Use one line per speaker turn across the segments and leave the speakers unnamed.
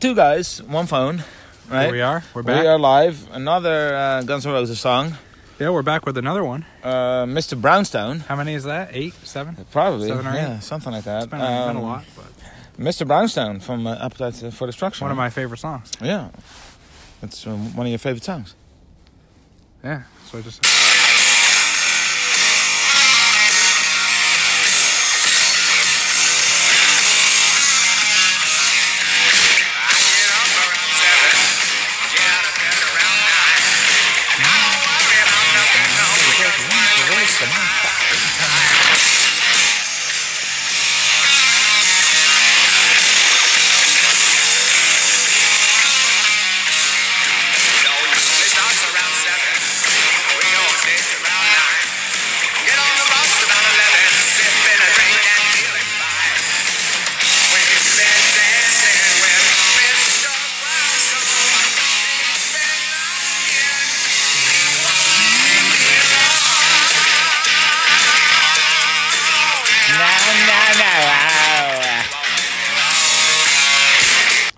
two guys, one phone, right?
Here we are. We're back.
We are live. Another uh, Guns N' Roses song,
Yeah, we're back with another one.
uh, Mr. Brownstone.
How many is that? Eight, seven? It's
Probably,
Seven or eight?
yeah, something like that.
been, a- been a
Um,
lot, but
Mr. Brownstone from uh, Appetite for Destruction.
one of my favorite songs.
Yeah, it's um, one of your favorite songs.
Yeah. So I just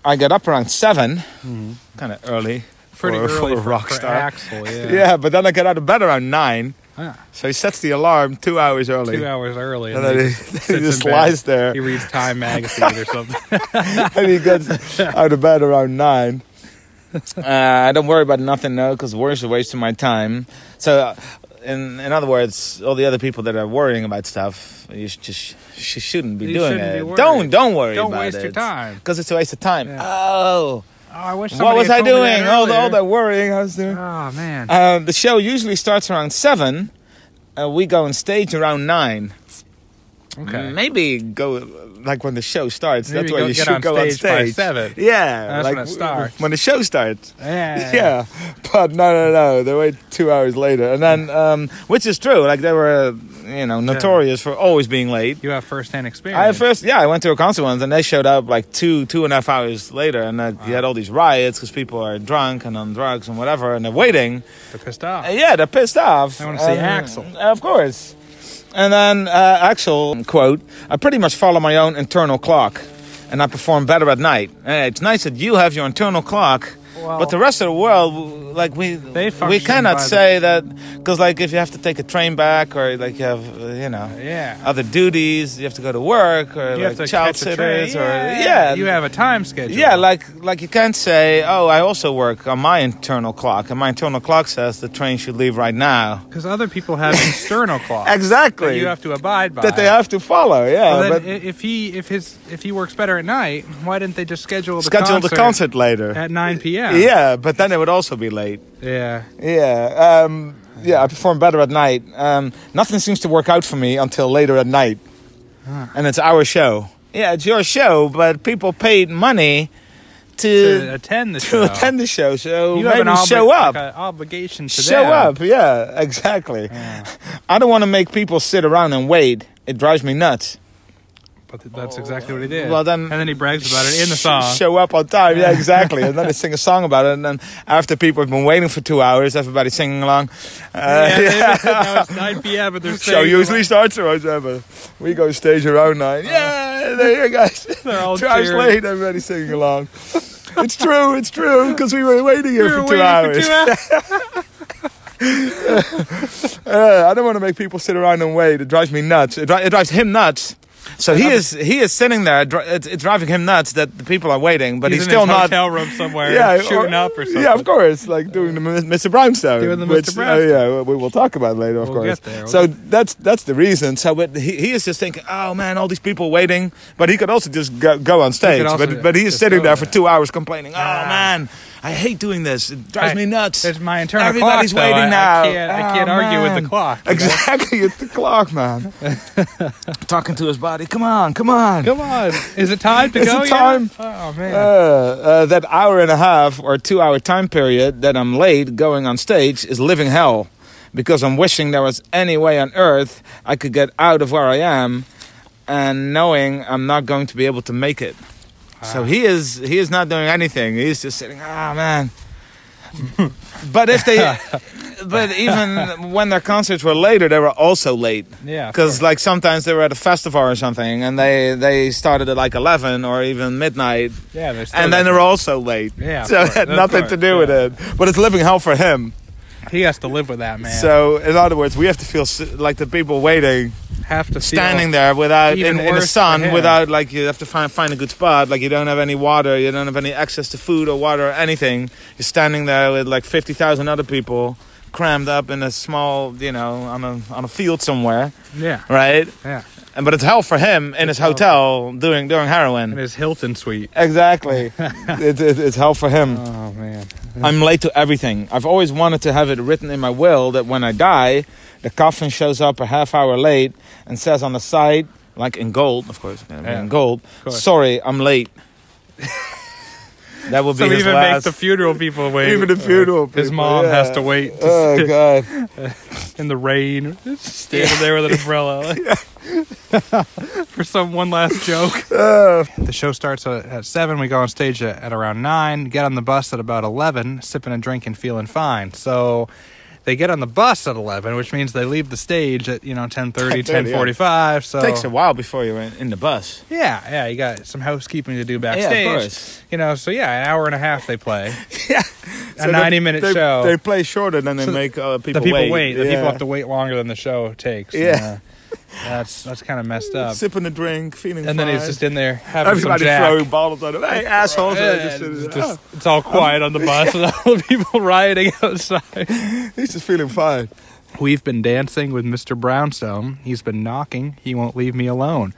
I got up around 7 kind of early.
Mm-hmm. pretty
for,
early
for a
for,
rock
for
star.
Axl, yeah.
yeah. but then I got out of bed around nine,
Yeah.
so he sets the alarm two hours early.
Two hours early.
And then he, he
sits
just
in bed.
lies there Oh,
He reads Time magazine or something.
and he gets out of bed around nine. Uh, I don't worry about nothing now because worry's a waste of my time. So, uh, in in other words, all the other people that are worrying about stuff, you should just she shouldn't be
You
doing
shouldn't be
it.
worried.
don't don't worry.
Don't
about
waste your time.
because it's a waste of time.
Yeah.
Oh,
Oh, I wish
what
somebody
was
had
I
told me
doing? All the, all
earlier.
that worrying I was doing.
Oh man.
Uh, the show usually starts around seven. Uh, we go on stage around nine. Um,
okay.
Maybe go uh, like when the show starts.
Maybe
That's where
go
you
get
should
on
go
stage by
on stage.
seven.
Yeah,
That's
like
when it
w-
starts.
When the show starts.
Yeah.
Yeah, but no, no, no. They wait two hours later, and then um, which is true. Like they were, uh, you know, notorious for always being late.
You have first hand experience.
I first, yeah, I went to a concert once, and they showed up like two, two and a half hours later, and uh, you had all these riots because people are drunk and on drugs and whatever, and they're waiting.
They're pissed off.
Uh, Yeah, they're pissed off.
They wanna see
And-
Axl.
Of course. And then uh, Axel, quote, I pretty much follow my own internal clock and I perform better at night. Uh, it's nice that you have your internal clock,
Well-
but the rest of the world, w- like, we we
function
cannot
by the-
say that, because, like, if you have to take a train back or, like, you have, uh, you know.
Yeah.
Other duties, you have to go to work, or
You
like
have to
child
catch a train.
sitters, or yeah,
You have a time schedule.
yeah, like like you can't say, oh, I also work on my internal clock, and my internal clock says the train should leave right now.
because other people have external clocks. that
Exactly.
you have to abide by.
that they have to follow. Yeah,
Well, then
Uh, but
i- if he if his if he works better at night, why didn't they just schedule the
schedule
concert
the concert later.
at 9 p.m.?
yeah. but then it would also be late.
yeah.
Yeah, um, yeah. I perform better at night. Um, nothing seems to work out for me until later at night,
Ah.
and it's our show. Yeah, it's your show, but people paid money
To
to
attend the
Uh, to,
show,
attend the show, so
you have
maybe
an obli-
show up.
like a obligation to
Show
them.
up, yeah, exactly. I don't want to make people sit around and wait. It drives me nuts.
But th- that's exactly what he did.
Well, then-
and then he brags about it in the song.
Show up on time, yeah, exactly. and then they sing a song about it, and then after people have been waiting for two hours, everybody's singing along. Uh,
yeah, they- now it's 9 p.m. but they're
Show
saying-
usually starts around seven. We go stage around nine.
Uh-huh.
Yeah, there you guys.
They're all
two hours
cheering.
late, everybody's singing along. it's true, it's true, because we were waiting here
We were
for two
waiting for
hours.
two hours.
Uh, I don't want to make people sit around and wait. It drives me nuts. It, dri- it drives him nuts. So he is he is sitting there. Dri- it's, it's driving him nuts that the people are waiting, but he's,
in
still
his
not.
hotel room somewhere, shooting up or something.
Yeah, of course, like doing the M- Mr. Brownstone.
Doing the Mr.
which, uh,
Brownstone.
yeah, we will talk about later, of
We'll
course.
get there.
so that's that's the reason. So but he, he is just thinking, oh man, all these people waiting. But he could also just go, go on stage.
also
But but he is
just
sitting
go
there
there.
for two hours complaining. Oh man, I hate doing this. It drives
I-
me nuts.
There's my internal
Everybody's
clock, though.
waiting
I- I
now.
can't- I can't
Oh,
argue with the
man.
clock, you know?
Exactly, it's the clock, man. Talking to his body. Come on, come on.
Come on, is it time to
Is
go?
it
yet?
time?
Oh
Uh,
man,
uh, that hour and a half or two hour time period that I'm late going on stage is living hell because I'm wishing there was any way on earth I could get out of where I am and knowing I'm not going to be able to make it. So he is he is not doing anything. He's just sitting, ah man. but ah, if they but even when their concerts were later, they were also late.
Yeah, of
Because like sometimes they were at a festival or something, and they they started at like eleven or even midnight,
Yeah, there's still
and then
that-
they're also late.
Yeah, of
So it
course,
had
of
nothing
course,
to do with
yeah.
it. But it's living hell for him.
he has to live with that man.
So in other words, we have to feel s- like the people waiting,
have to feel-
standing there without in,
even
in the
worse for
sun,
him.
without like you have to find find a good spot. Like you don't have any water, you don't have any access to food or water or anything. You're standing there with like fifty thousand other people crammed up in a small, you know, on a on a field somewhere,
Yeah,
right?
yeah.
And but it's hell for him in his hotel doing doing
In
heroin.
his Hilton suite.
Exactly, it's it's it's hell for him.
Oh man.
I'm late to everything. I've always wanted to have it written in my will that when I die, the coffin shows up a half hour late and says on the side, like in gold, of course, yeah,
Yeah,
in gold,
course.
sorry, I'm late. that will be
So
his
even
last. Uh,
make the funeral people wait.
Even the funeral
His
people,
mom
yeah.
has to wait to
oh
sit
god!
in the rain, standing there with an umbrella like, for some one last joke. the show starts at, at seven. We go on stage at, at around nine. Get on the bus at about eleven, sipping and drinking, feeling fine. So. They get on the bus at eleven, which means they leave the stage at you know 10:30,
10:30, yeah.
10:45. So
It takes a while before you're in, in the bus.
Yeah, yeah, you got some housekeeping to do
of
backstage.
course.
You know, so yeah, an hour and a half they play.
yeah,
A 90-minute
they,
show.
They play shorter than they
So
make uh, people,
the people wait. The
Yeah.
people have to wait longer than the show takes. and,
Yeah.
uh, that's that's kind of messed up.
sipping a drink, feeling.
And then
fine.
he's just in there having
everybody
some jack.
throwing bottles at him. Hey assholes!
Yeah,
Just-
it's,
oh.
just- it's all quiet on the bus and all the people rioting outside.
Oh, He's just feeling fine.
We've been dancing with Mr. Brownstone. He's been knocking. He won't leave me alone.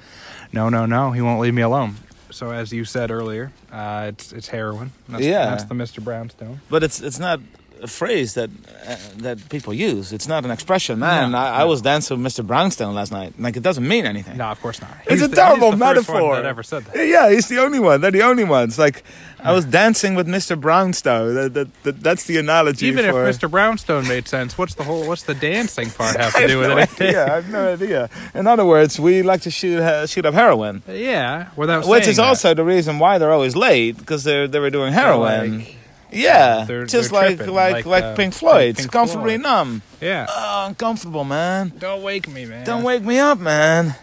No, no, no. He won't leave me alone. So as you said earlier, uh, it's it's heroin. That's,
Yeah.
that's the Mr. Brownstone.
But it's it's not a phrase that uh, that people use. It's not an expression. Man, I, I was dancing with Mr. Brownstone last night. Like it doesn't mean anything.
No, of course not.
It's
He's
a
the-
terrible
he's the first
metaphor.
One that ever said that.
Yeah, he's the only one. They're the only ones. Like I was dancing with Mr. Brownstone. That, that, that that's the analogy.
Even if
for,
Mr. Brownstone made sense, what's the whole what's the dancing part have to do with
no
anything?
idea. I have no idea. In other words, we like to shoot uh, shoot up heroin,
Yeah, without
which
saying
is
that.
also the reason why they're always late because they they were doing heroin.
like,
yeah,
they're-
just
they're
like,
tripping,
like like
like, uh,
Pink Floyd,
Pink
comfortably
Floyd.
numb.
yeah.
Oh, uncomfortable, man.
Don't wake me, man.
Don't wake me up, man.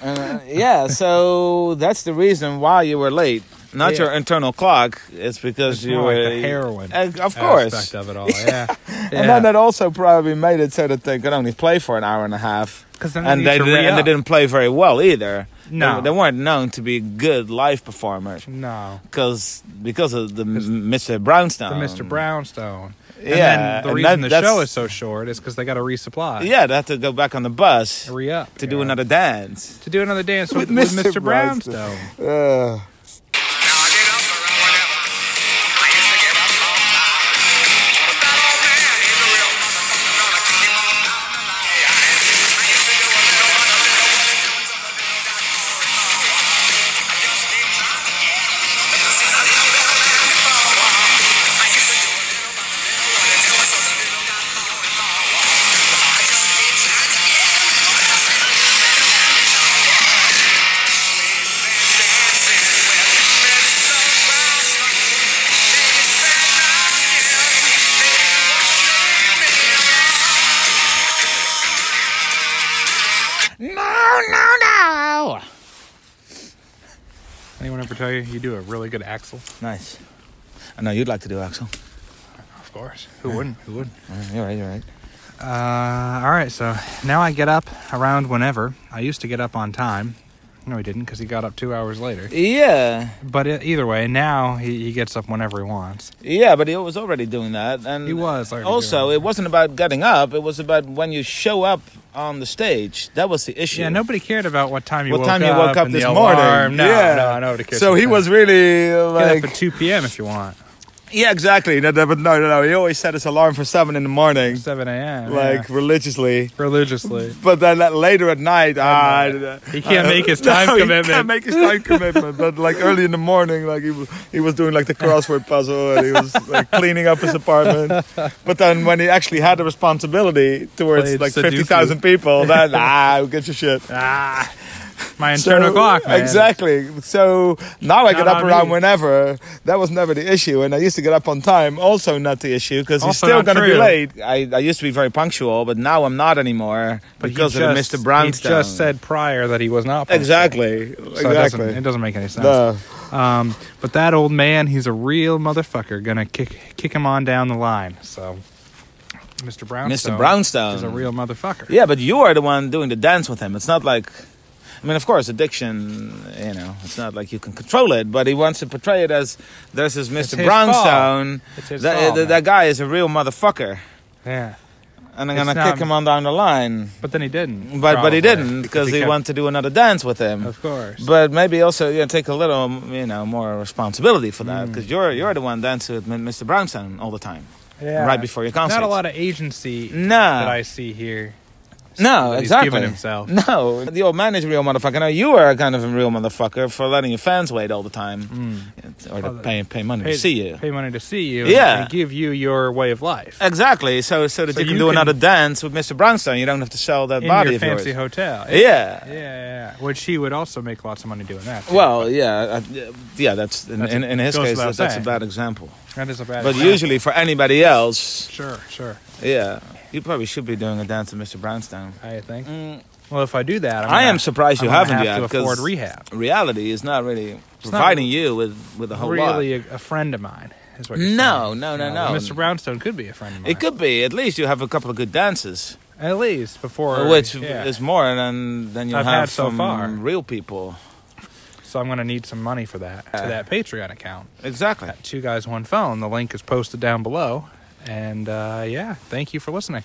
Uh, yeah, so that's the reason why you were late. Not
Yeah.
your internal clock. It's because
It's
you
more
were
like the heroin
Uh, of course.
aspect of it all. Yeah,
And then
Yeah.
that also probably made it so that they could only play for an hour and a half.
'Cause then they
And
need
they,
to
did,
re-up.
and they didn't play very well either.
No.
They, they weren't known to be good live performers
no,
because because of the m- Mr. Brownstone.
the Mr. Brownstone.
Um,
And
Yeah,
then the
and
reason
that-
the show
that's-
is so short is because they got to resupply.
Yeah, they had to go back on the bus
re up
to do another dance.
to do another dance with,
With
with
Mr.
Mr.
Brownstone.
Brownstone.
Uh,
Now I get up around whatever. I used to get up all night. But that old man, he's a real motherfucker. Gonna kick him all down the line. I used to do a little, a little, a little, a little, got more and more. I just keep trying to get a little bit of man before. I used to do a little, but a little, a little, a little, got more and more. I just keep trying to get a little bit of man
Anyone ever tell you you do a really good axle?
nice. I know you'd like to do Axel.
Of course. Who wouldn't? Who wouldn't?
You're right. You're right.
Uh, all right, so now I get up around whenever. I used to get up on time. No, he didn't because he got up two hours later.
Yeah,
But e- either way, now he, he gets up whenever he wants.
yeah, but he was already doing that, and
He was already
Also,
doing
it wasn't about getting up; it was about when you show up on the stage. That was the issue.
Yeah, nobody cared about what time you
What
woke
time
up.
you woke up
and
this
the
morning?
alarm. No,
yeah,
no, nobody cared.
So he was really uh,
get
like,
up at two p.m. if you want.
yeah, exactly. No, no, but no, no, no. He always set his alarm for seven in the morning,
Seven a.m.
like
yeah.
religiously.
religiously.
But then that later at night, ah,
He can't make his
no,
time commitment.
He can't make his time commitment. But like early in the morning, like he was, he was doing like the crossword puzzle and he was like cleaning up his apartment. But then when he actually had a responsibility towards
Played
like
Sudoku.
fifty thousand people, then ah, who gets your shit?
ah, my internal clock, man.
Exactly. So now I get up
Not on
around
me.
whenever. That was never the issue, and I used to get up on time. Also, not the issue because you're
Also
still
not
going to be
true.
late. I, I used to be very punctual, but now I'm not anymore
But he
because of
just-
the Mr. Brownstone.
He just said prior that he was not. punctual.
exactly,
So It
exactly.
doesn't, it doesn't make any sense.
No.
Um, but that old man, he's a real motherfucker. Gonna kick kick him on down the line. So, Mr. Brownstone.
Mr. Brownstone.
is a real motherfucker.
Yeah, but you are the one doing the dance with him. It's not like, I mean, of course, addiction. You know, it's not like you can control it. But he wants to portray it as there's this
It's
Mr.
his
Brownstone.
It's his
that, uh,
fault,
that,
man.
that guy is a real motherfucker,
yeah.
and I'm
It's
gonna
not-
kick him on down the line.
But then he
But
didn't.
but
probably,
he didn't because he,
kept-
wanted to do another dance with him.
Of course.
But maybe also you know, take a little you know more responsibility for that because you're you're the one dancing with M- Mr. Brownstone all the time
Mm. yeah.
right before your concert.
Not a lot of agency
No.
that I see here.
No,
that he's
exactly.
given himself.
No, the old man is a real motherfucker. Now you are kind of a real motherfucker for letting your fans wait all the time, or to
Well,
pay pay money
Mm. Pay,
to see you.
Pay money to see you.
Yeah.
And give you your way of life.
Exactly. So so that
So
you can
you
do
can-
another dance with Mr. Brownstone. You don't have to sell that
in
body
your
of
fancy
yours.
hotel.
Yeah.
Yeah, yeah, yeah. Which he would also make lots of money doing that. too.
Well, yeah, I- yeah. That's in,
That's-
in, in his
goes
case
without
that's, that's a
saying.
bad example.
that is a bad.
But
example.
usually for anybody else,
sure, sure.
yeah, you probably should be doing a dance with Mr. Brownstone.
I think.
Mm,
Well, if I do that, I'm
I
gonna-
am surprised
I'm
you
gonna
haven't
have
yet,
to
'cause
afford rehab.
Reality is not really
not
providing you with with a whole lot.
Really, a, a friend of mine is what you're
No,
saying.
no, no,
You
no.
know, Mr. Brownstone could be a friend of mine.
It could be. At least you have a couple of good dances,
at least before
which
yeah.
is more than than you
I've
have
had so
from
far.
real people.
So I'm going to need some money for that
Yeah.
to that Patreon account.
Exactly.
Two guys, one phone. The link is posted down below. And uh, yeah, thank you for listening.